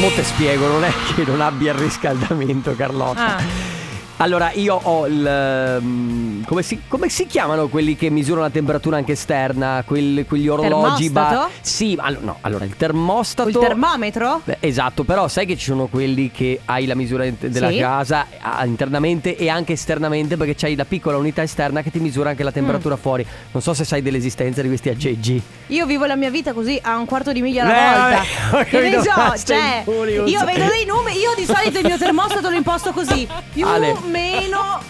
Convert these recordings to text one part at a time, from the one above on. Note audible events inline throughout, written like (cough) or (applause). Mo te spiego, non è che non abbia il riscaldamento, Carlotta. Ah. Allora, io ho il. mm, Come si, come si chiamano quelli che misurano la temperatura anche esterna? Quel- quegli orologi. Termostato? Sì, ma allo- no, allora il termostato. Il termometro? Beh, Esatto, però sai che ci sono quelli che hai la misura in- della Sì. casa ah, internamente e anche esternamente perché c'hai la piccola unità esterna che ti misura anche la temperatura Mm. fuori. Non so se sai dell'esistenza di questi aggeggi. Io vivo la mia vita così a un quarto di miglia Eh, alla vabbè, ho (laughs) volta. Che ne capito, so, Fast cioè, and Furious. io vedo dei numeri, io di solito il mio termostato lo imposto così. Più, Ale. Ah, meno.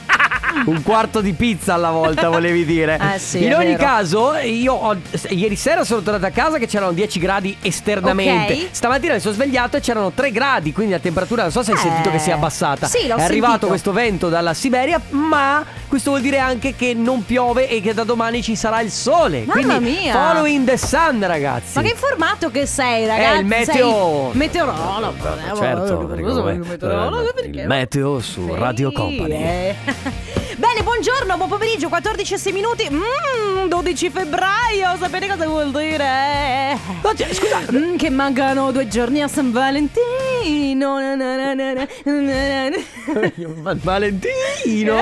Un quarto di pizza alla (laughs) volta, volevi dire. Eh sì, In è ogni vero. caso, io ho- ieri sera sono tornata a casa che c'erano 10 gradi esternamente. Ok. Stamattina mi sono svegliato e c'erano 3 gradi, quindi la temperatura non so se hai Eh. sentito che si è abbassata. Sì, l'ho È arrivato sentito. questo vento dalla Siberia, ma questo vuol dire anche che non piove e che da domani ci sarà il sole. Mamma quindi mia. following the sun, ragazzi. Ma che informato che sei, ragazzi? Eh, il Sei meteo. meteorologo. eh, Certo, vabbè, perché cosa come- eh, vuoi il meteorologo? Perché il no? meteo su Sì, Radio Company. (laughs) eh. (laughs) Bene, buongiorno, buon pomeriggio, 14 e 6 minuti. Mm, 12 febbraio, sapete cosa vuol dire? No, cioè, scusa, Mm, che mancano due giorni a San Valentino. Na, na, na, na, na, na, na. Valentino.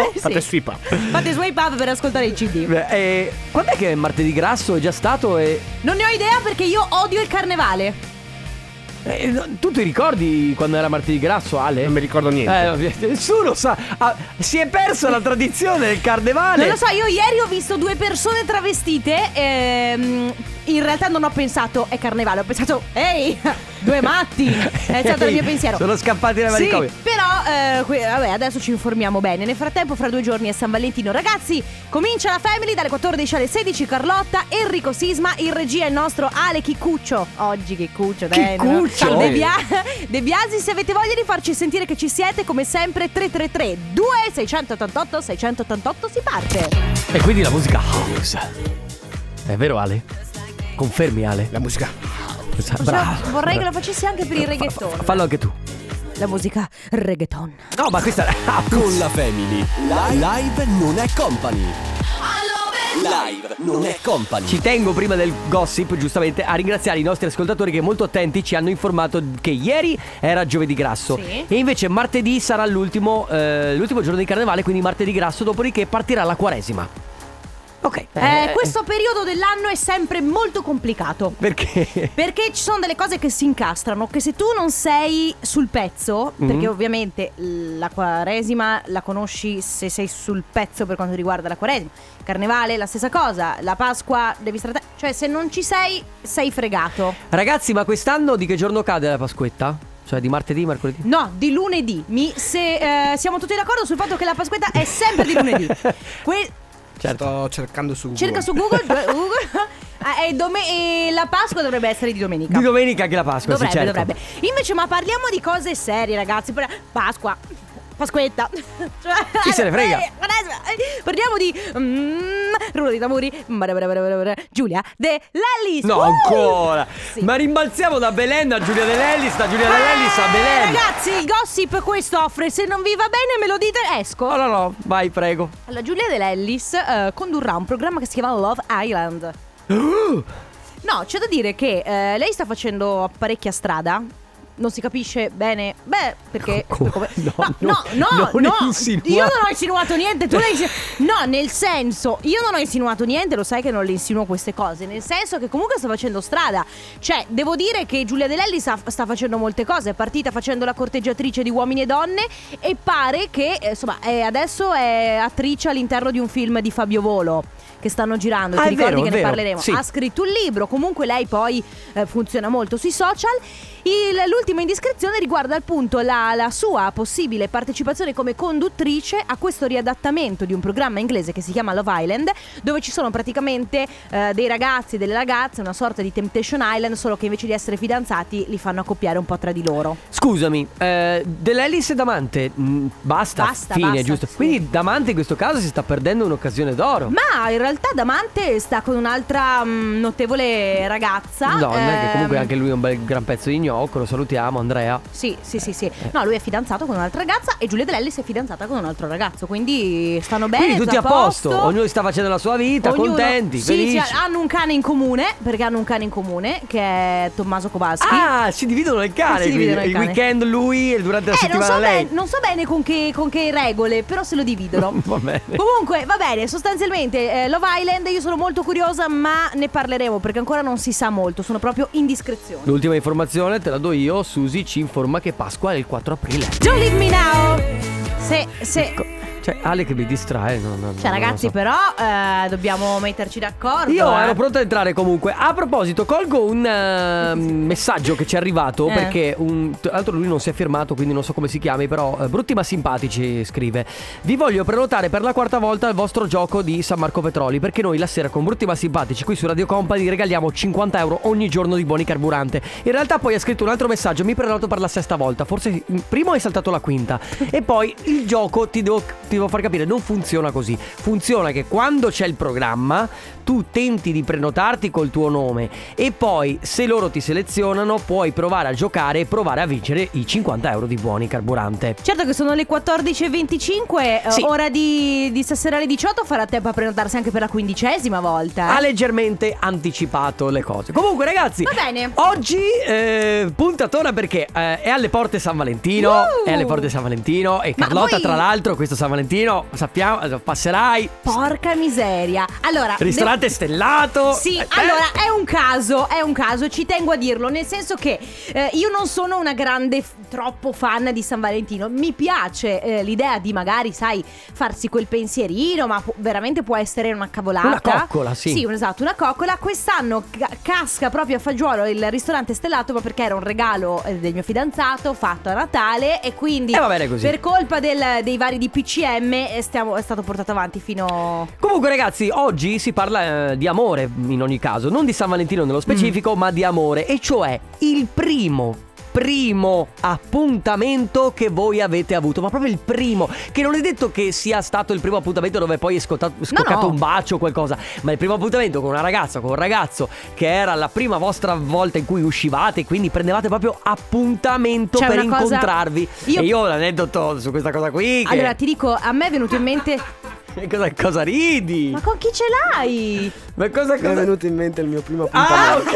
Eh, sì. Fate swipe up. Fate swipe up per ascoltare i CD. Beh, eh, quando è che è martedì grasso è già stato e... Non ne ho idea perché io odio il carnevale. eh, no, tu ti ricordi quando era martedì grasso, Ale? Non mi ricordo niente. Eh, ovvio- nessuno sa, Ah, si è persa la tradizione del carnevale. Non lo so, io ieri ho visto due persone travestite. ehm, in realtà non ho pensato è carnevale, ho pensato ehi, due matti. È (laughs) stato il mio pensiero. Sono scappati dai Sì, manicomi. però eh, que- vabbè, adesso ci informiamo bene. Nel frattempo, fra due giorni è San Valentino. Ragazzi, comincia la Family dalle 14 alle 16. Carlotta, Enrico Sisma, in regia il nostro Ale Chicuccio. Oggi Chicuccio, dai. no? Chicuccio? eh. De, Bia- (laughs) De Biasi, se avete voglia di farci sentire che ci siete, come sempre, 333 2688 688 si parte. E quindi la musica house. È vero Ale? Confermi Ale? La musica. Bravo. Cioè, vorrei che lo facessi anche per il reggaeton. Fa- fallo anche tu. La musica reggaeton. No, ma questa (laughs) ah, Con la Family. Live, non è company. Live non è company. Ci tengo prima del gossip, giustamente, a ringraziare i nostri ascoltatori che molto attenti ci hanno informato che ieri era giovedì grasso. Sì. E invece martedì sarà l'ultimo, eh, l'ultimo giorno di carnevale, quindi martedì grasso, dopodiché partirà la quaresima. Ok. Eh, questo periodo dell'anno è sempre molto complicato. Perché? Perché ci sono delle cose che si incastrano, che se tu non sei sul pezzo, perché ovviamente la quaresima la conosci se sei sul pezzo per quanto riguarda la quaresima, carnevale la stessa cosa, la Pasqua devi stare, cioè se non ci sei sei fregato. (laughs) Ragazzi, ma quest'anno di che giorno cade la Pasquetta? Cioè di martedì, mercoledì? No, di lunedì. Mi- se eh, siamo tutti d'accordo sul fatto che la Pasquetta è sempre di lunedì. Que- certo. Sto cercando su Google. cerca su Google, Google (laughs) eh, è dome- e la Pasqua dovrebbe essere di domenica. Di domenica anche la Pasqua, Dovrebbe, sì, certo. dovrebbe. Invece, ma parliamo di cose serie, ragazzi. Per- Pasqua. Pasquetta. Cioè, (laughs) Chi se ne frega? eh, eh, Parliamo di. Mm, rullo di tamburi. Bara, bara, bara, bara, bara. Giulia De Lellis. No, Uh! ancora! Sì. Ma rimbalziamo da Belen a Giulia Dell'Ellis, da Giulia Dell'Ellis a Eh, Belen. Ragazzi, il gossip questo offre. Se non vi va bene, me lo dite, esco. No, no, no, vai, prego. Allora, Giulia De Lellis eh, condurrà un programma che si chiama Love (gasps) Island. No, c'è da dire che eh, lei sta facendo parecchia strada. Non si capisce bene. Beh, perché. Co- come- no, no, no, no, non no. insinuare. Io non ho insinuato niente. Tu l'hai insinuato. No, nel senso, io non ho insinuato niente. Lo sai che non le insinuo queste cose. Nel senso che comunque sta facendo strada. Cioè, devo dire che Giulia De Lelli sa- sta facendo molte cose. È partita facendo la corteggiatrice di uomini e donne. E pare che, eh, insomma, eh, adesso è attrice all'interno di un film di Fabio Volo. Che stanno girando, Ah, ti è ricordi vero, che è ne vero. parleremo? Sì. Ha scritto un libro, comunque lei poi eh, funziona molto sui social. Il- l'ultima indiscrezione riguarda appunto la, la sua possibile partecipazione come conduttrice a questo riadattamento di un programma inglese che si chiama Love Island, dove ci sono praticamente eh, dei ragazzi e delle ragazze, una sorta di Temptation Island, solo che invece di essere fidanzati li fanno accoppiare un po' tra di loro. Scusami, eh, Dell'Ellis e Damante, mh, basta, Basta, fine, basta, giusto? sì. Quindi Damante in questo caso si sta perdendo un'occasione d'oro. Ma in realtà Damante sta con un'altra mm, notevole ragazza. No, non è che comunque ehm, anche lui è un bel gran pezzo di gnocco, lo salutiamo Andrea. Sì, sì, sì, sì. Eh. No, lui è fidanzato con un'altra ragazza e Giulia Drelli si è fidanzata con un altro ragazzo. Quindi stanno bene. Quindi tutti a sta posto, ognuno sta facendo la sua vita, Ognuno- contenti, sì, ah, sì, felici. hanno un cane in comune, perché hanno un cane in comune, che è Tommaso Kowalski. Ah, si dividono il cane, Si quindi dividono il il cane. weekend lui e durante la eh, non settimana so, lei. ben- non so bene con che, con che regole, però se lo dividono. (laughs) Va bene. Comunque, va bene, sostanzialmente eh, Love Island, io sono molto curiosa, ma ne parleremo perché ancora non si sa molto, sono proprio indiscrezioni. L'ultima informazione te la do io, Susi ci informa che Pasqua è il 4 aprile. Don't leave me now! Se, se... Co- Cioè, Ale che mi distrae. no, no, no, Cioè non lo ragazzi so. però eh, dobbiamo metterci d'accordo Io eh. ero pronto ad entrare comunque. A proposito, colgo un eh, messaggio che ci è arrivato Eh. perché un, tra l'altro lui non si è firmato, quindi non so come si chiami, però eh, brutti ma simpatici scrive. Vi voglio prenotare per la quarta volta il vostro gioco di San Marco Petroli perché noi la sera con brutti ma simpatici qui su Radio Company regaliamo 50 euro ogni giorno di buoni carburante. In realtà poi ha scritto un altro messaggio, mi prenoto per la sesta volta, forse mm, prima hai saltato la (laughs) quinta e poi il gioco ti devo, ti devo far capire non funziona così. Funziona che quando c'è il programma tu tenti di prenotarti col tuo nome e poi se loro ti selezionano puoi provare a giocare e provare a vincere i 50 euro di buoni carburante. Certo che sono le 14.25, eh, Sì. ora di, di stasera alle 18 farà tempo a prenotarsi anche per la quindicesima volta. eh. Ha leggermente anticipato le cose. Comunque, ragazzi, Va bene. oggi eh, puntatona perché eh, è alle porte San Valentino. Uh! È alle porte San Valentino. E Ma Carlotta, voi- tra l'altro, questo San Valentino, sappiamo, eh, passerai. Porca miseria. Allora, Ristorante stellato. devo- Sì, Eh, allora è un caso, è un caso, ci tengo a dirlo, nel senso che eh, io non sono una grande, f- troppo fan di San Valentino, mi piace eh, l'idea di magari, sai, farsi quel pensierino, ma pu- veramente può essere una cavolata. Una coccola, sì. Sì, un- esatto, una coccola. Quest'anno ca- casca proprio a fagiolo il ristorante stellato ma perché era un regalo eh, del mio fidanzato fatto a Natale e quindi... E eh, va bene così. Per colpa del- dei vari DPCM eh, stiamo- è stato portato avanti fino... Comunque ragazzi, oggi si parla eh, di amore in ogni caso, non di San Valentino Mm. nello specifico, ma di amore, e cioè il primo, primo appuntamento che voi avete avuto, ma proprio il primo, che non è detto che sia stato il primo appuntamento dove poi è scotta- scoccato no. un bacio o qualcosa, ma il primo appuntamento con una ragazza, con un ragazzo, che era la prima vostra volta in cui uscivate, quindi prendevate proprio appuntamento C'è per Cioè, una cosa- incontrarvi. Io- E io ho l'aneddoto su questa cosa qui, che... Allora ti dico, a me è venuto in mente... (laughs) cosa, cosa ridi? Ma Eh, con chi ce l'hai? Ma cosa, Mi è cosa... venuto in mente il mio primo Ah, appuntamento.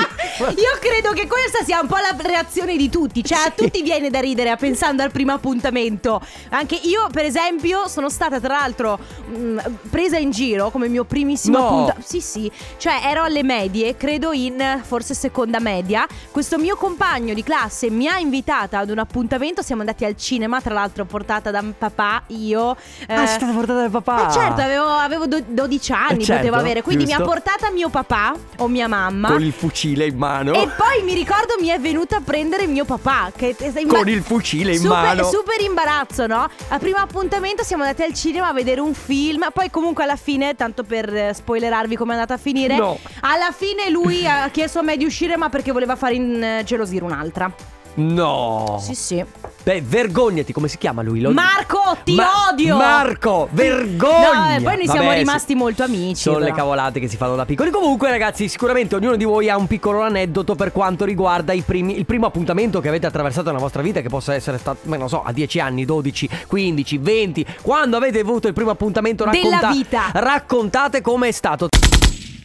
ok. Io credo che questa sia un po' la reazione di tutti, cioè a tutti viene da ridere pensando al primo appuntamento. Anche io, per esempio, sono stata tra l'altro mh, presa in giro come mio primissimo No. appuntamento. Sì, sì, cioè ero alle medie, credo in eh, forse seconda media. Questo mio compagno di classe mi ha invitata ad un appuntamento, siamo andati al cinema, tra l'altro portata da papà, io. Ah, (laughs) eh, sei stata portata dal papà. eh, certo, avevo, avevo do- 12 anni, certo, potevo avere, quindi mi ha giusto. portata mio papà o mia mamma. Con il fucile in mano. E poi mi ricordo mi è venuto a prendere mio papà che Con il fucile in super, mano. Super imbarazzo, no? Al primo appuntamento siamo andati al cinema a vedere un film, poi comunque alla fine, tanto per eh, spoilerarvi come è andata a finire, No. alla fine lui ha chiesto a me di uscire ma perché voleva fare in- eh, gelosire un'altra. Oh. No. Sì, sì. Beh, vergognati, come si chiama lui? Lo- Marco, ti Ma- odio! Marco, vergogna! No, eh, poi noi siamo Vabbè, rimasti sì. molto amici. Sono le però. cavolate che si fanno da piccoli. Comunque, ragazzi, sicuramente ognuno di voi ha un piccolo aneddoto per quanto riguarda i primi- il primo appuntamento che avete attraversato nella vostra vita, che possa essere stato, ma non so, a 10 anni, 12, 15, 20. Quando avete avuto il primo appuntamento, Della racconta- vita. raccontate come è stato.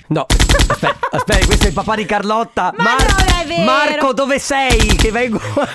No, aspetta, aspetta, questo è il papà di Carlotta. Ma non è vero. Marco, dove sei? Che vengo. a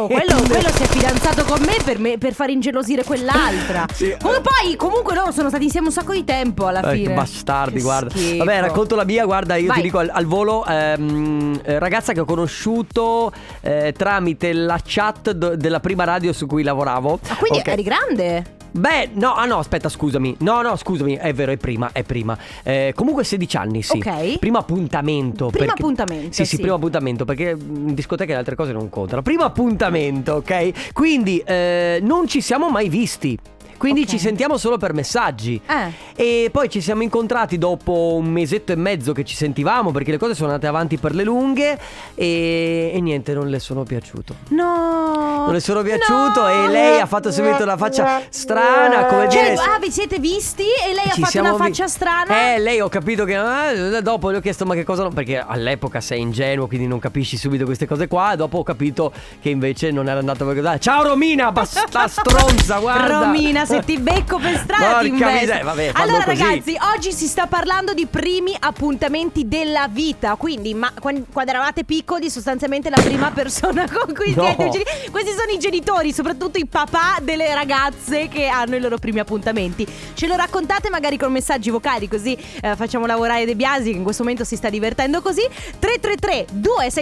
Oh, quello, prendere. quello si è fidanzato con me per, me- per far ingelosire quell'altra. Sì. Come poi, comunque, loro sono stati insieme un sacco di tempo alla Eh, fine. che bastardi, Che guarda. schifo. Vabbè, racconto la mia, guarda, io Vai. ti dico al, al volo, ehm, eh, ragazza che ho conosciuto eh, tramite la chat do- della prima radio su cui lavoravo. Ah, quindi Ok. eri grande? Beh, no, ah no, aspetta, scusami. No, no, scusami, è vero, è prima, è prima. Eh, comunque 16 anni, sì. Ok. Primo appuntamento. Primo perché- appuntamento, Sì, sì, sì. primo appuntamento, perché in discoteca le altre cose non contano. Primo appuntamento, ok? Quindi eh, non ci siamo mai visti. Quindi Ok. ci sentiamo solo per messaggi. Eh. E poi ci siamo incontrati dopo un mesetto e mezzo che ci sentivamo perché le cose sono andate avanti per le lunghe e, e niente, non le sono piaciuto. No. Non le sono piaciuto e lei ha fatto subito la faccia strana, come Cioè, dire. ah, vi siete visti e lei Ci ha fatto siamo una vi- faccia strana. Eh, lei ho capito che. ah, dopo le ho chiesto, ma che cosa. non- Perché all'epoca sei ingenuo, quindi non capisci subito queste cose qua. Dopo ho capito che invece non era andato per così. Ciao Romina, (laughs) basta stronza, guarda. Romina, se (laughs) ti becco per strada ti Porca investo. miseria, vabbè, fallo allora così. ragazzi, oggi si sta parlando di primi appuntamenti della vita, quindi ma, quan- quando eravate piccoli sostanzialmente la prima persona (laughs) con cui No. siete geni- Questi sono i genitori, soprattutto i papà delle ragazze che hanno i loro primi appuntamenti. Ce lo raccontate magari con messaggi vocali così eh, facciamo lavorare De Biasi che in questo momento si sta divertendo così. 333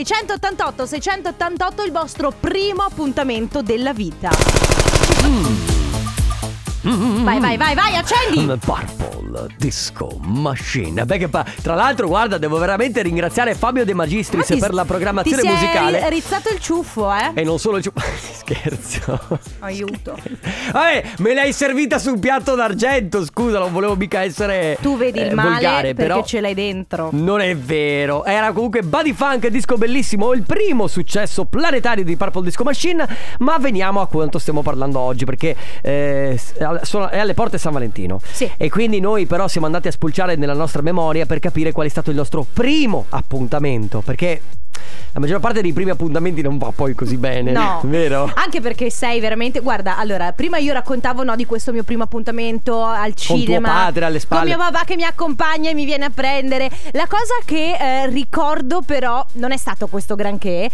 2688 688 il vostro primo appuntamento della vita. Vai, vai, vai, vai, accendi! Mm, Purple Disco Machine. Beh, che pa- tra l'altro, guarda, devo veramente ringraziare Fabio De Magistris Ma ti- per la programmazione ti si è musicale. ri- rizzato il ciuffo, eh? E non solo il ciu- (laughs) Scherzo. Aiuto. Vabbè, me l'hai servita su un piatto d'argento. Scusa, non volevo mica essere. Tu vedi eh, il male volgare, perché però. ce l'hai dentro. Non è vero, era comunque Buddy Funk, disco bellissimo, il primo successo planetario di Purple Disco Machine, ma veniamo a quanto stiamo parlando oggi, perché eh, s- al- sono- è alle porte San Valentino. Sì. E quindi noi però siamo andati a spulciare nella nostra memoria per capire qual è stato il nostro primo appuntamento, perché la maggior parte dei primi appuntamenti non va poi così bene, No. vero? Anche perché sei veramente. Guarda, allora, prima io raccontavo no, di questo mio primo appuntamento al tuo cinema. padre alle spalle. Con mio papà che mi accompagna e mi viene a prendere. La cosa che eh, ricordo, però, non è stato questo granché.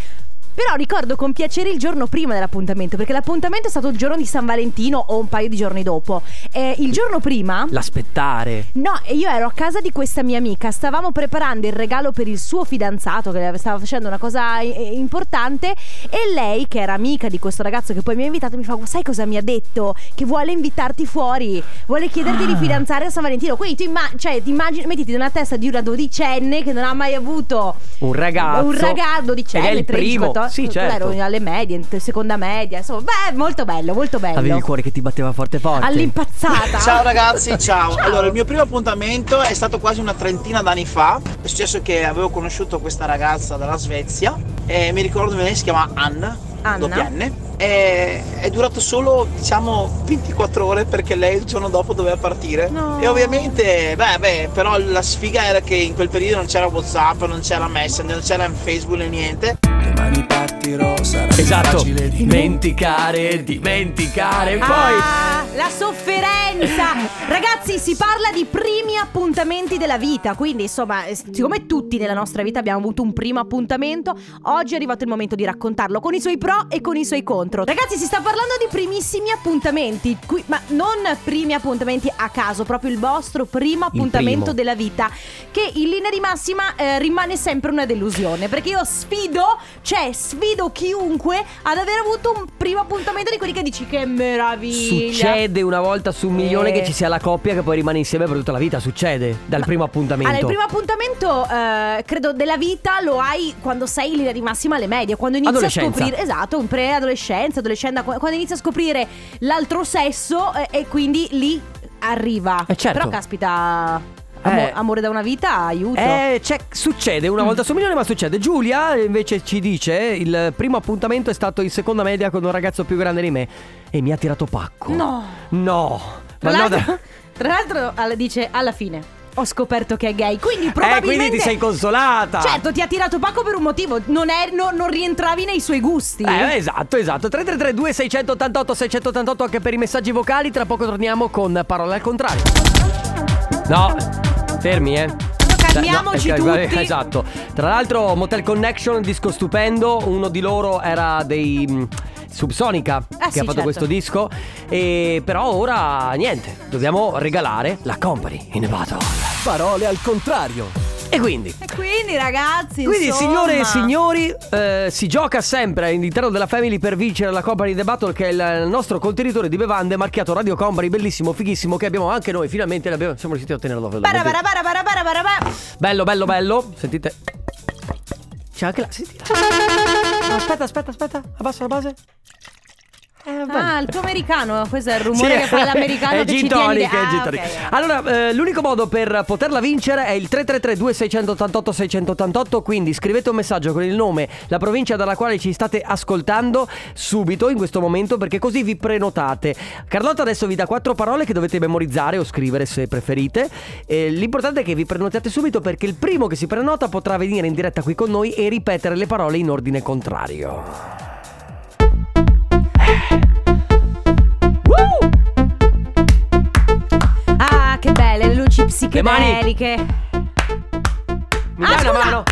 Però ricordo con piacere il giorno prima dell'appuntamento, perché l'appuntamento è stato il giorno di San Valentino o un paio di giorni dopo. Eh, il giorno prima. L'aspettare. No, e io ero a casa di questa mia amica, stavamo preparando il regalo per il suo fidanzato che le stava facendo una cosa eh, importante e lei che era amica di questo ragazzo che poi mi ha invitato mi fa "Sai cosa mi ha detto? Che vuole invitarti fuori, vuole chiederti Ah. di fidanzare a San Valentino". Quindi tu imma- cioè, ti immagini mettiti nella testa di una dodicenne che non ha mai avuto Un ragazzo. un ragazzo dodicenne, Ed è il 13, primo. 14, Sì, certo. ero alle medie, in seconda media, insomma, beh, molto bello, molto bello. Avevi il cuore che ti batteva forte forte. All'impazzata. Ciao (laughs) ragazzi, ciao. Allora, il mio primo appuntamento è stato quasi una trentina d'anni fa. È successo che avevo conosciuto questa ragazza dalla Svezia e mi ricordo che lei si chiama Anna, Anna. doppia N. E è durato solo diciamo 24 ore perché lei il giorno dopo doveva partire. No. E ovviamente, beh, beh, però la sfiga era che in quel periodo non c'era WhatsApp, non c'era Messenger, non c'era Facebook né niente. Domani partirò, sarà Esatto. Dimenticare, dimenticare. Poi. Ah, la sofferenza! Ragazzi, si parla di primi appuntamenti della vita, quindi insomma, eh, siccome tutti nella nostra vita abbiamo avuto un primo appuntamento, oggi è arrivato il momento di raccontarlo con i suoi pro e con i suoi contro. Ragazzi, si sta parlando di primissimi appuntamenti, qui- ma non primi appuntamenti a caso, proprio il vostro primo primo. appuntamento della vita, che in linea di massima eh, rimane sempre una delusione, perché io sfido, cioè sfido chiunque ad aver avuto un primo appuntamento di quelli che dici che meraviglia. Succede una volta su un milione Eh. che ci sia la coppia che poi rimane insieme per tutta la vita. Succede dal primo appuntamento. Allora, il primo appuntamento, eh, credo, della vita lo hai quando sei in linea di massima alle medie, quando inizi a Adolescenza. scoprire, esatto, un preadolescenza, adolescenza, qu- quando inizi a scoprire l'altro sesso eh, e quindi lì arriva. Eh, certo. Però caspita, amo- Eh. amore da una vita, aiuto. Mm. Eh, c'è- succede una volta su un milione, ma succede. Giulia invece ci dice: il primo appuntamento è stato in seconda media con un ragazzo più grande di me e mi ha tirato pacco. No. No. Tra Ma no, l'altro, da- tra l'altro, alla- dice alla fine ho scoperto che è gay, quindi Eh, (laughs) probabilmente quindi ti sei consolata. Certo, ti ha tirato Paco per un motivo, non, è- no- non rientravi nei suoi gusti. Eh, esatto, esatto. 333 688 688 anche per i messaggi vocali. Tra poco torniamo con parole al contrario. No, fermi, eh. Calmiamoci Eh, no, eh, tutti. Esatto. Tra l'altro, Motel Connection, disco stupendo. Uno di loro era dei. mm, Subsonica che ha sì, fatto certo. questo disco. E però ora niente, dobbiamo regalare la company in Nevada. Parole al contrario. E quindi E quindi ragazzi, quindi, insomma- signore e signori, eh, si gioca sempre all'interno della Family per vincere la Company The Battle, che è il nostro contenitore di bevande marchiato Radio Company, bellissimo, fighissimo, che abbiamo anche noi. Finalmente l'abbiamo, siamo riusciti a ottenerlo. Bara, bara, bara, bara, bara, bara, bara. Bello, bello, bello. Sentite. C'è anche la. Sentite. Aspetta, aspetta, aspetta. Abbassa la base. Ah, il tuo americano, questo è il rumore che fa (laughs) l'americano è che ci gin tiene tonic, ah, è gin ok, tonic. ok. Allora, eh, l'unico modo per poterla vincere è il 3332 688 688, quindi scrivete un messaggio con il nome, la provincia dalla quale ci state ascoltando subito in questo momento perché così vi prenotate. Carlotta adesso vi dà quattro parole che dovete memorizzare o scrivere se preferite. Eh, l'importante è che vi prenotate subito perché il primo che si prenota potrà venire in diretta qui con noi e ripetere le parole in ordine contrario. Woo! Ah, che belle le luci mani. psichedeliche. Mi Ah, dai una scusa! mano?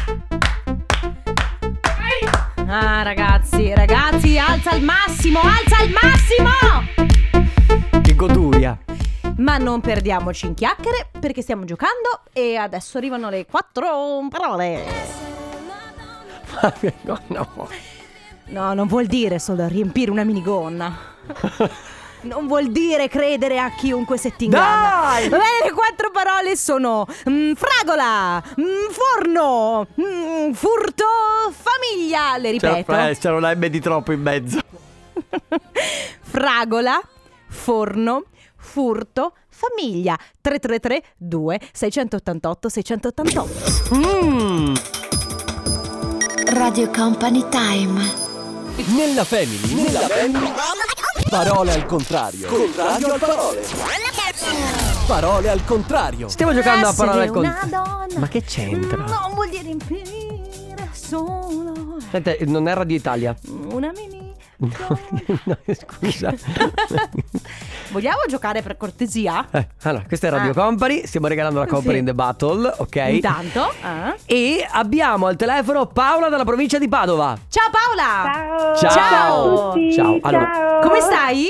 Ah, ragazzi, ragazzi, alza al massimo, alza al massimo! Che goduria. Ma non perdiamoci in chiacchiere perché stiamo giocando e adesso arrivano le quattro parole. no, no. No, non vuol dire solo riempire una minigonna. Non vuol dire credere a chiunque se ti inganna. Dai! Va bene, le quattro parole sono mm, fragola, mm, forno, mm, furto, famiglia. Le C'era, ripeto. eh, c'era una M di troppo in mezzo. (laughs) Fragola, forno, furto, famiglia. 333 2 688 688. Mm. Radio Company Time. Nella family, nella family. Parole al contrario. Contrario al parole. Parole al contrario. Stiamo giocando a parole al Essere contrario. una donna Ma che c'entra? Non vuol dire riempire solo Senta, non è Radio Italia. (laughs) una mini. No, (laughs) esatto. no, (laughs) scusa. Vogliamo giocare per cortesia? Eh, allora, questa è Radio Ah. Company. Stiamo regalando la Company Sì. in the Battle, ok? Intanto. eh? E abbiamo al telefono Paola dalla provincia di Padova. Ciao Paola! Ciao. Ciao. Ciao a tutti. Ciao. Allora, Oh. Ciao. Come stai?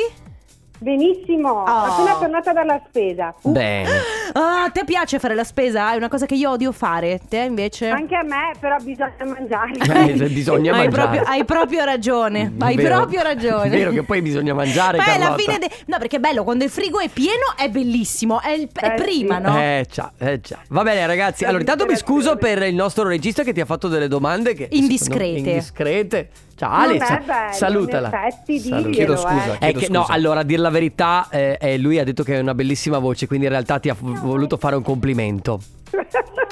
Benissimo, appena tornata dalla spesa. Uh. Bene. Ah, a te piace fare la spesa? È una cosa che io odio fare. Te invece? Anche a me, però bisogna mangiare. (laughs) Eh, (laughs) bisogna hai mangiare. proprio, hai proprio ragione. Hai Vero. proprio ragione. È vero che poi bisogna mangiare, Poi alla Carlotta. fine. de- No, perché è bello quando il frigo è pieno, è bellissimo. È, il- è Eh, prima, sì. no? Eh già, eh già. Va bene ragazzi, allora intanto mi scuso per il nostro regista che ti ha fatto delle domande che Indiscrete. sono Indiscrete. Ciao Vabbè, Ale, sa- bello, salutala. in effetti, Saluta. diglielo, Chiedo scusa. (laughs) È eh. chiedo che, no, scusa. allora a dir la verità, eh, eh, lui ha detto che è una bellissima voce, quindi in realtà ti ha v- voluto fare un complimento. (laughs)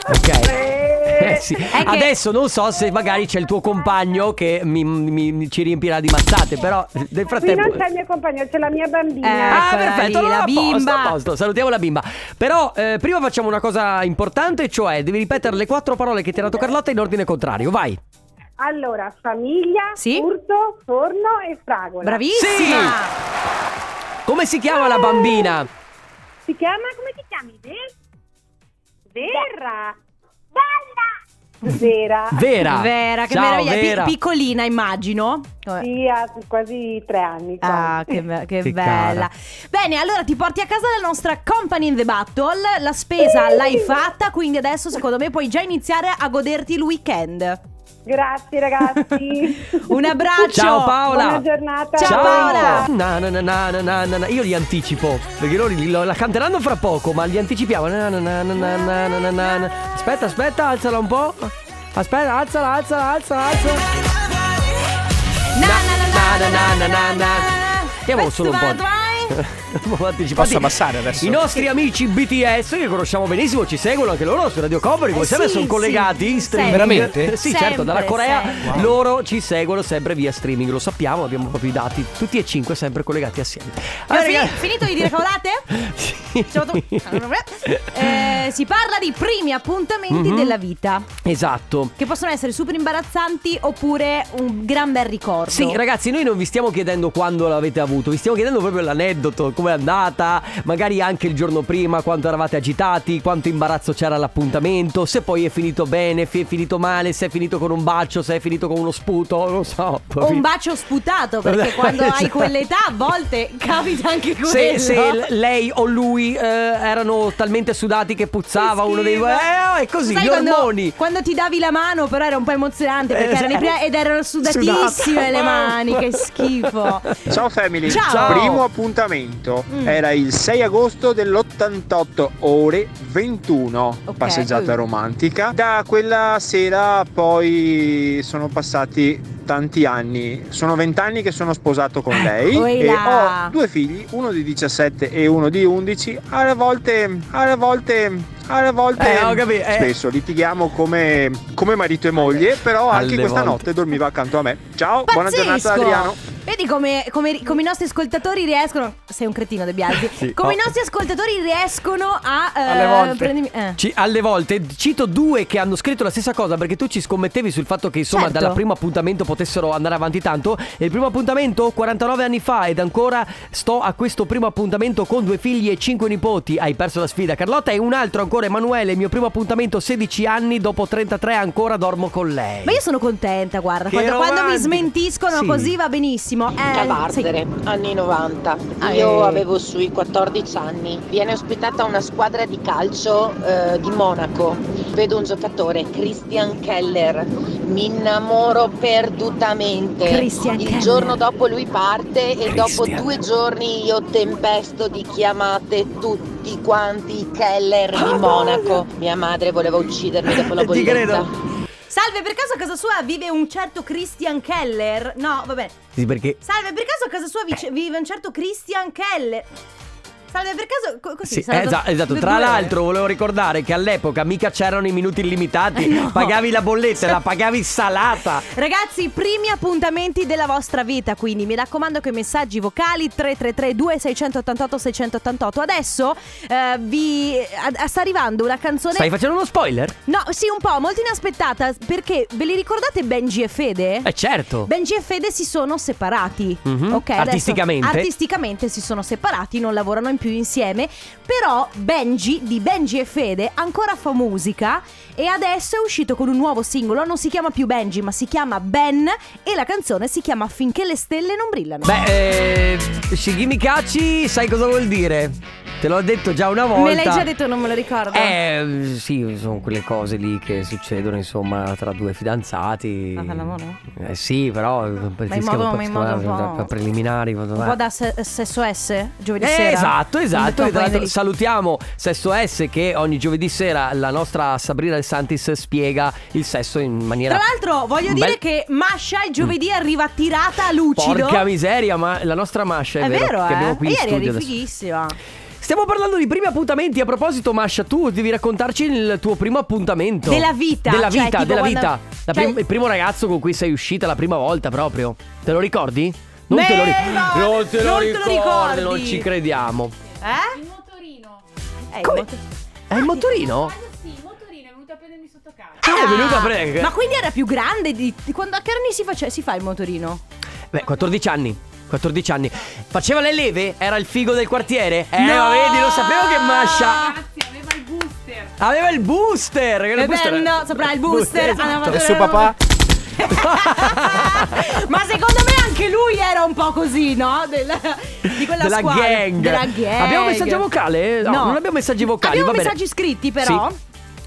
Ok. (laughs) Eh, sì. È che- Adesso non so se magari c'è il tuo compagno che mi, mi- mi- ci riempirà di mazzate, però nel Qui frattempo... non c'è il mio compagno, c'è la mia Eh. bambina. Ah, Eccola perfetto, lì, allora la a posto, bimba. a posto. Salutiamo la bimba. Però eh, prima facciamo una cosa importante, cioè devi ripetere le quattro parole che ti ha dato Carlotta in ordine contrario. Vai. Allora, famiglia, Sì. furto, forno e fragola. Bravissima! Come si chiama la bambina? Si chiama, come ti chiami? Ver- Vera. Vera. Vera. (laughs) Vera. Vera, che Ciao, meraviglia. Pi- Vera. piccolina, immagino. Eh, Sì, ha quasi tre anni. Ah, quasi. che, be- che Che cara. bella. Bene, allora ti porti a casa la nostra Company in the Battle. La spesa l'hai fatta, quindi adesso secondo me puoi già iniziare a goderti il weekend. Grazie ragazzi. (laughs) Un abbraccio. Ciao Paola. Buona giornata. Ciao, Paola. Na, na, na, na, na, na, na, na. Io li anticipo perché loro li- lo- la canteranno fra poco, ma li anticipiamo. Na, na, na, na, na, na, na, na, na, na. Aspetta, aspetta, alzala un po'. Aspetta, alzala, alzala, alzala, alzala. Na, na, na, na, na, na. Andiamo solo un Festival Drive. (laughs) po'. Posso Posso abbassare adesso? I nostri amici BTS che conosciamo benissimo, ci seguono anche loro su Radio Company, come Eh sempre sì, sono sì, collegati in streaming. sempre. Veramente? Sì, certo, Sempre, dalla Corea sempre. loro ci seguono sempre via streaming, lo sappiamo, abbiamo proprio i dati, tutti e cinque sempre collegati assieme. Ho Allora, fini- ragazzi- finito di dire cavolate? (laughs) Sì. Ciao a tutti. Eh, si parla di primi appuntamenti Mhm. della vita Esatto. che possono essere super imbarazzanti oppure un gran bel ricordo. Sì, ragazzi, noi non vi stiamo chiedendo quando l'avete avuto, vi stiamo chiedendo proprio l'aneddoto, com'è andata, magari anche il giorno prima, quanto eravate agitati, quanto imbarazzo c'era all'appuntamento, se poi è finito bene, se è finito male, se è finito con un bacio, se è finito con uno sputo, non so. O un bacio (laughs) sputato perché quando Esatto. hai quell'età a volte capita anche quello. Se, se l- lei o lui eh, erano talmente sudati che puzzava Che uno dei due, schifo. eh, è così, Sai gli quando- ormoni. Quando, ti davi la mano, però era un po' emozionante perché Eh, erano i primi- era- ed erano sudatissime sudata. le mani. che schifo. Ciao family, Ciao. primo appuntamento Mm. era il 6 agosto dell'88 ore 21, Ok. Mm. passeggiata romantica. Da quella sera poi sono passati tanti anni. Sono vent'anni che sono sposato con lei e Ecco, quella. ho due figli, uno di 17 e uno di 11. Alle volte, alle volte, alle volte. Eh, ho capito, eh. Spesso litighiamo come, come marito e moglie, però anche Alle questa volte. notte dormiva accanto a me. Ciao, buona Pazzesco! giornata Adriano. Vedi come, come- come i nostri ascoltatori riescono. Sei un cretino, De Biasi. Sì, come oh. i nostri ascoltatori riescono a. eh, Alle volte. prendermi- eh. Ci- alle volte cito due che hanno scritto la stessa cosa perché tu ci scommettevi sul fatto che insomma Certo. dal primo appuntamento potessero andare avanti tanto e il primo appuntamento 49 anni fa ed ancora sto a questo primo appuntamento con due figli e cinque nipoti hai perso la sfida Carlotta e un altro ancora Emanuele mio primo appuntamento 16 anni dopo 33 ancora dormo con lei Ma io sono contenta, guarda. Che Quando, quando mi romantico. smentiscono Sì. così va benissimo. Eh, sì. Eh. Cavardere, anni 90. ecco, Io avevo sui 14 anni. Viene ospitata una squadra di calcio eh, di Monaco. Vedo un giocatore, Christian Keller. Mi innamoro perdutamente. Christian Il Keller. giorno dopo lui parte e dopo Christian. due giorni io tempesto di chiamate tutti quanti i Keller di Monaco. Mia madre voleva uccidermi dopo la Ti bolletta. credo. Salve, per caso a casa sua vive un certo Christian Keller? No, vabbè. sì perché Salve, per caso a casa sua vice- vive un certo Christian Keller? Salve, per caso. co- così, Sì, salve- esa- esatto. Tra due- l'altro volevo ricordare che all'epoca mica c'erano i minuti illimitati, Eh, (laughs) no. pagavi la bolletta, la pagavi salata. Ragazzi, primi appuntamenti della vostra vita, quindi mi raccomando che messaggi vocali 333 2688 688. Adesso eh, vi a- a- sta arrivando una canzone Stai facendo uno spoiler? No, sì, un po' molto inaspettata perché ve li ricordate Benji e Fede? Eh certo. Benji e Fede si sono separati, Mhm. ok? adesso- Artisticamente. artisticamente si sono separati, non lavorano in più insieme. Però Benji di Benji e Fede ancora fa musica e adesso è uscito con un nuovo singolo. Non si chiama più Benji, ma si chiama Ben e la canzone si chiama Finché le stelle non brillano. Beh, eh, Shigimi Kachi, sai cosa vuol dire? Te l'ho detto già una volta. Me l'hai già detto, non me lo ricordo. Eh, sì, sono quelle cose lì che succedono, insomma, tra due fidanzati. Ma per l'amore? Eh sì, però Ma in modo, ma in modo un po'. eh, preliminari. Un po' da se- sesso S giovedì Eh, sera. Esatto, Un po' esatto. E tra l'altro delizio. salutiamo Sesso S che ogni giovedì sera la nostra Sabrina De Santis spiega il sesso in maniera. Tra l'altro voglio un dire bel- Mm. che Masha il giovedì arriva tirata a lucido. Porca miseria, ma la nostra Masha è, è vero, che abbiamo eh. qui in Ieri studio eri adesso. fighissima. Stiamo parlando di primi appuntamenti. A proposito, Masha, tu devi raccontarci il tuo primo appuntamento. Della vita, Della cioè, vita, tipo della quando- vita. La cioè- prim- il primo ragazzo con cui sei uscita la prima volta proprio. Te lo ricordi? Non Beh, te lo, no, non te lo non te lo ricordi, ricordi. Non ci crediamo. Eh? Il motorino. Eh, il Come? motor- È il motorino? Sì, il motorino è venuto a prendermi sotto casa. Ah, è venuto a prendere. Ma quindi era più grande di, di quando a che anni si, face- si fa il motorino? Beh, 14 anni. 14 anni. Faceva le leve? Era il figo del quartiere? Eh, No! ma vedi, lo sapevo che Masha. Aveva il booster. Aveva Eh il booster. beh, no, sopra il booster. ah, esatto. andava- Suo papà? (laughs) Ma secondo me anche lui era un po' così, no? Del- di quella della squadra. gang. Della gang. Abbiamo messaggio vocale? No, non abbiamo messaggi vocali, Abbiamo va bene. messaggi scritti, però.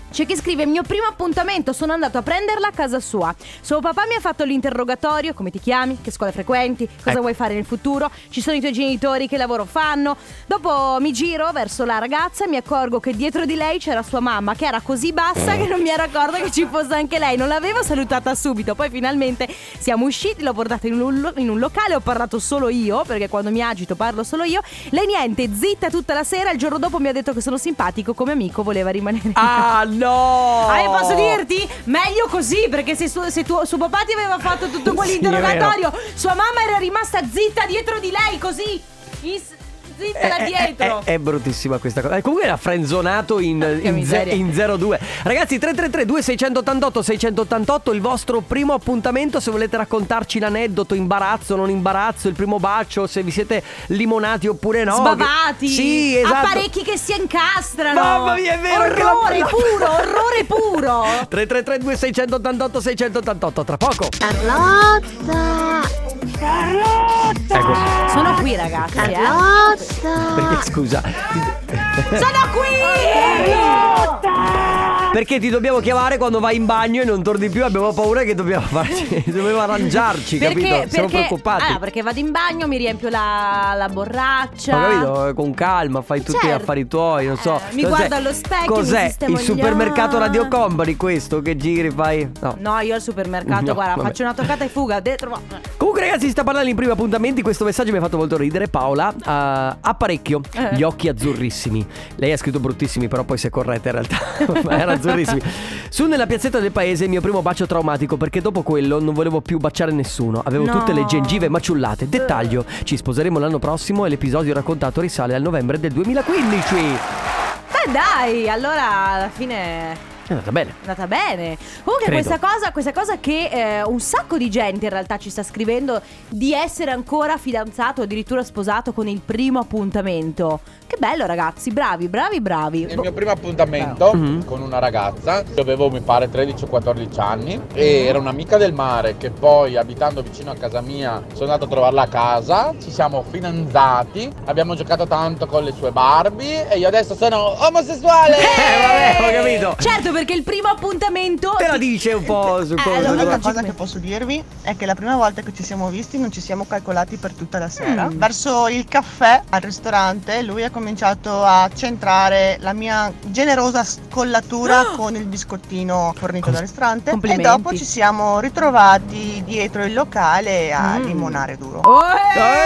C'è chi scrive: Mio primo appuntamento, sono andato a prenderla a casa sua. Suo papà mi ha fatto l'interrogatorio: come ti chiami? Che scuola frequenti? Cosa Ecco. vuoi fare nel futuro? Ci sono i tuoi genitori? Che lavoro fanno? Dopo mi giro verso la ragazza e mi accorgo che dietro di lei c'era sua mamma, che era così bassa che non mi era accorta che ci fosse anche lei. Non l'avevo salutata subito. Poi finalmente siamo usciti, l'ho portata in un, lo- in un locale, ho parlato solo io, perché quando mi agito parlo solo io. Lei niente, zitta tutta la sera. Il giorno dopo mi ha detto che sono simpatico come amico, voleva rimanere. in Ah, oh. no! Ah, e posso dirti? Meglio così, perché se, su- se tuo, suo papà ti aveva fatto tutto quell'interrogatorio, sua mamma era rimasta zitta dietro di lei, così. in s- zitta Eh, là eh, dietro. eh, È, bruttissima questa cosa. Eh, Comunque era frenzonato in, Porca in, ze- miseria. in 02. Ragazzi, 333-2688-688, il vostro primo appuntamento. Se volete raccontarci l'aneddoto, imbarazzo, non imbarazzo, il primo bacio, se vi siete limonati oppure no. Sbavati, Sì, esatto. apparecchi che si incastrano. Mamma mia, è vero che la- Orrore puro, orrore puro. 333-2688-688, tra poco. Carlotta! Ecco. Sono qui, ragazzi. eh. Carlotta! Perché scusa, Sono qui. Perché ti dobbiamo chiamare quando vai in bagno e non torni più. Abbiamo paura che dobbiamo farci. dobbiamo arrangiarci, capito? Siamo preoccupati. allora, perché vado in bagno, mi riempio la, la borraccia. Ho capito, eh, con calma, fai tutti gli Cioè, ah, Certo. affari tuoi, non so. Eh, mi Cos'è- guardo allo specchio, mi Cos'è? sistemo Il gli supermercato occhi. Radio Company questo che giri, fai. No. No, io al supermercato, No, guarda, vabbè. faccio una toccata e fuga dentro. Comunque, ragazzi, si sta parlando in primi appuntamenti. Questo messaggio mi ha fatto molto ridere. Paola eh, ha parecchio Eh. gli occhi azzurrissimi. Lei ha scritto bruttissimi, però poi si è corretta in realtà. (laughs) Ma Era azzurrissimi. Su nella piazzetta del paese il mio primo bacio traumatico perché dopo quello non volevo più baciare nessuno. Avevo No. tutte le gengive maciullate. Dettaglio: ci sposeremo l'anno prossimo e l'episodio raccontato risale al novembre del 2015. Eh dai, allora alla fine È andata bene. è andata bene. Comunque Credo. questa cosa, questa cosa che eh, un sacco di gente in realtà ci sta scrivendo di essere ancora fidanzato, addirittura sposato con il primo appuntamento. Che bello ragazzi, bravi, bravi, bravi. Nel Boh. mio primo appuntamento Mhm. con una ragazza, io avevo mi pare 13 o 14 anni e era un'amica del mare che poi abitando vicino a casa mia sono andato a trovarla a casa, ci siamo fidanzati, abbiamo giocato tanto con le sue Barbie e io adesso sono omosessuale! (laughs) Eh, vabbè, ho capito. Certo, perché il primo appuntamento... Te la dice un po' su Eh, come. L'unica allora- Logicamente. cosa che posso dirvi è che la prima volta che ci siamo visti non ci siamo calcolati per tutta la sera. Verso il caffè al ristorante lui ha cominciato a centrare la mia generosa scollatura con il biscottino fornito Cos- dal ristorante e complimenti. dopo ci siamo ritrovati dietro il locale a limonare duro. Oh,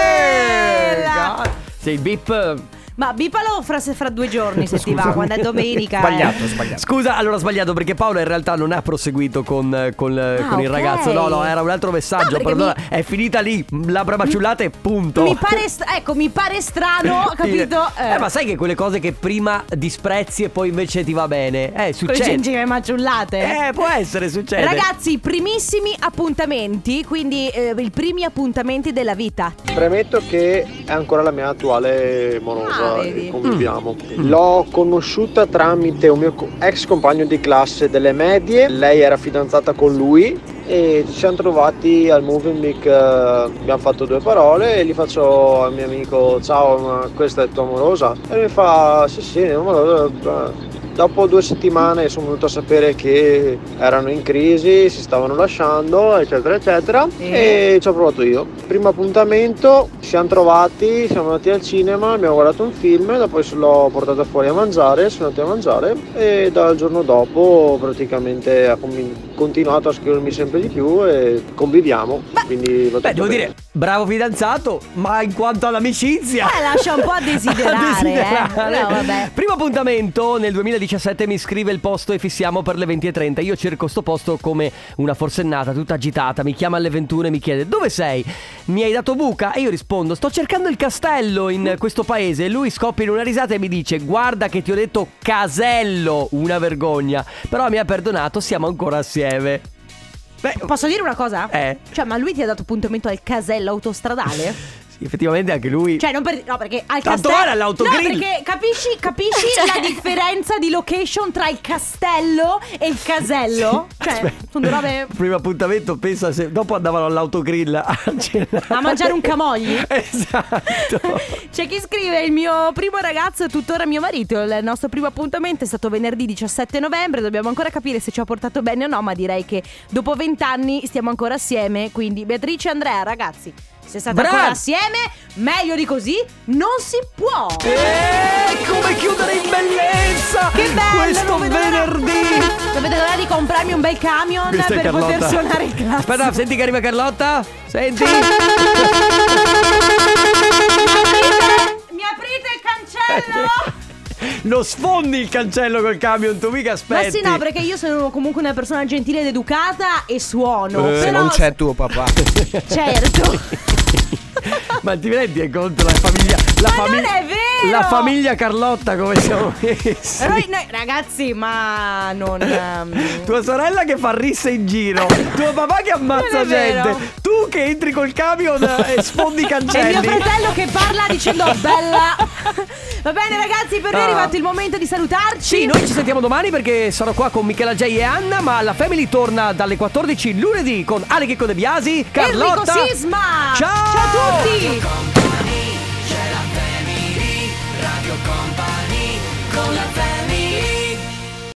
Eh, la- cazzo. Sei eh, il beep. Ma bipalo fra, fra due (laughs) giorni se ti va, quando è domenica. Sbagliato, eh. sbagliato. Scusa, allora ho sbagliato perché Paola in realtà non ha proseguito con, eh, con, eh, Ah, con il ok. ragazzo. No, no, era un altro messaggio. No, perché perdona, è finita lì. Labbra maciullate, punto. Mi pare, st- ecco, mi (laughs) pare strano, ho capito? Eh, ma sai che quelle cose che prima disprezzi e poi invece ti va bene? Eh, con le succede. gengive maciullate. Eh, può essere, succede. Ragazzi, primissimi appuntamenti, quindi eh, i primi appuntamenti della vita. Premetto che è ancora la mia attuale morosa Ah, vedi. e conviviamo. L'ho conosciuta tramite un mio co- ex compagno di classe delle medie, lei era fidanzata con lui e ci siamo trovati al Moving Mic, eh, abbiamo fatto due parole e gli faccio al mio amico ciao ma questa è tua morosa e lui mi fa sì sì, è una morosa. Dopo due settimane sono venuto a sapere che erano in crisi, si stavano lasciando, eccetera, eccetera. Eh. E ci ho provato io. Primo appuntamento, ci siamo trovati, siamo andati al cinema, abbiamo guardato un film, dopo poi se l'ho portata fuori a mangiare, sono andati a mangiare e dal giorno dopo praticamente ha com- continuato a scrivermi sempre di più e conviviamo. Quindi va Beh, tutto devo bene. dire, bravo fidanzato, ma in quanto all'amicizia. Eh, lascia un po' a desiderare, (laughs) A desiderare. eh. No, vabbè. Primo appuntamento nel 2017 mi scrive il posto e fissiamo per le 20.30. Io cerco sto posto come una forsennata, tutta agitata. Mi chiama alle 21 e mi chiede dove sei? Mi hai dato buca? E io rispondo: Sto cercando il castello in questo paese. E lui scoppia in una risata e mi dice: Guarda che ti ho detto casello, una vergogna. Però mi ha perdonato, siamo ancora assieme. Beh, Posso dire una cosa? oh. Eh. Cioè, ma lui ti ha dato appuntamento al casello autostradale? (laughs) sì, effettivamente anche lui. Cioè, non per. No, perché al Tanto Cioè. castello. era l'autogrill. No, perché capisci, (laughs) capisci la differenza di location tra il castello e il casello? Cioè, (laughs) Aspetta. sono due robe. (laughs) Primo appuntamento, pensa se. Dopo andavano all'autogrill a cenare. A mangiare un camogli? (laughs) Esatto. (laughs) C'è chi scrive il mio primo ragazzo è tuttora mio marito, il nostro primo appuntamento è stato venerdì 17 novembre, dobbiamo ancora capire se ci ha portato bene o no, ma direi che dopo vent'anni stiamo ancora assieme, quindi Beatrice e Andrea ragazzi, se state Bravi! ancora assieme, meglio di così non si può! E come chiudere in bellezza Che bello! questo non vedo l'ora- venerdì. Non vedo l'ora di comprarmi un bel camion Questa è per poter Carlotta. suonare il classico. Aspetta, senti che arriva Carlotta? (laughs) Senti? Mi aprite il Eh, cancello? Lo sfondi il cancello col camion, tu mica aspetti. Ma sì, no, perché io sono comunque una persona gentile ed educata e suono. Eh, però non c'è tuo papà. (laughs) Certo. Ma ti rendi conto la famiglia. La Ma non è vero! La famiglia Carlotta, come siamo (laughs) messi? Però noi, ragazzi, ma (laughs) non. ehm, Tua sorella che fa risse in giro, tuo papà che ammazza Non è vero. gente, tu che entri col camion (laughs) e sfondi i E mio cancelli. fratello che parla (laughs) dicendo bella. Va bene, ragazzi, per noi è Ah. arrivato il momento di salutarci. Sì, noi ci sentiamo domani perché sarò qua con Michela J e Anna, ma la Family torna dalle 14 lunedì con Ale Checco De Biasi, Carlotta. Enrico Sisma. Ciao! Ciao a tutti. Radio Company con la family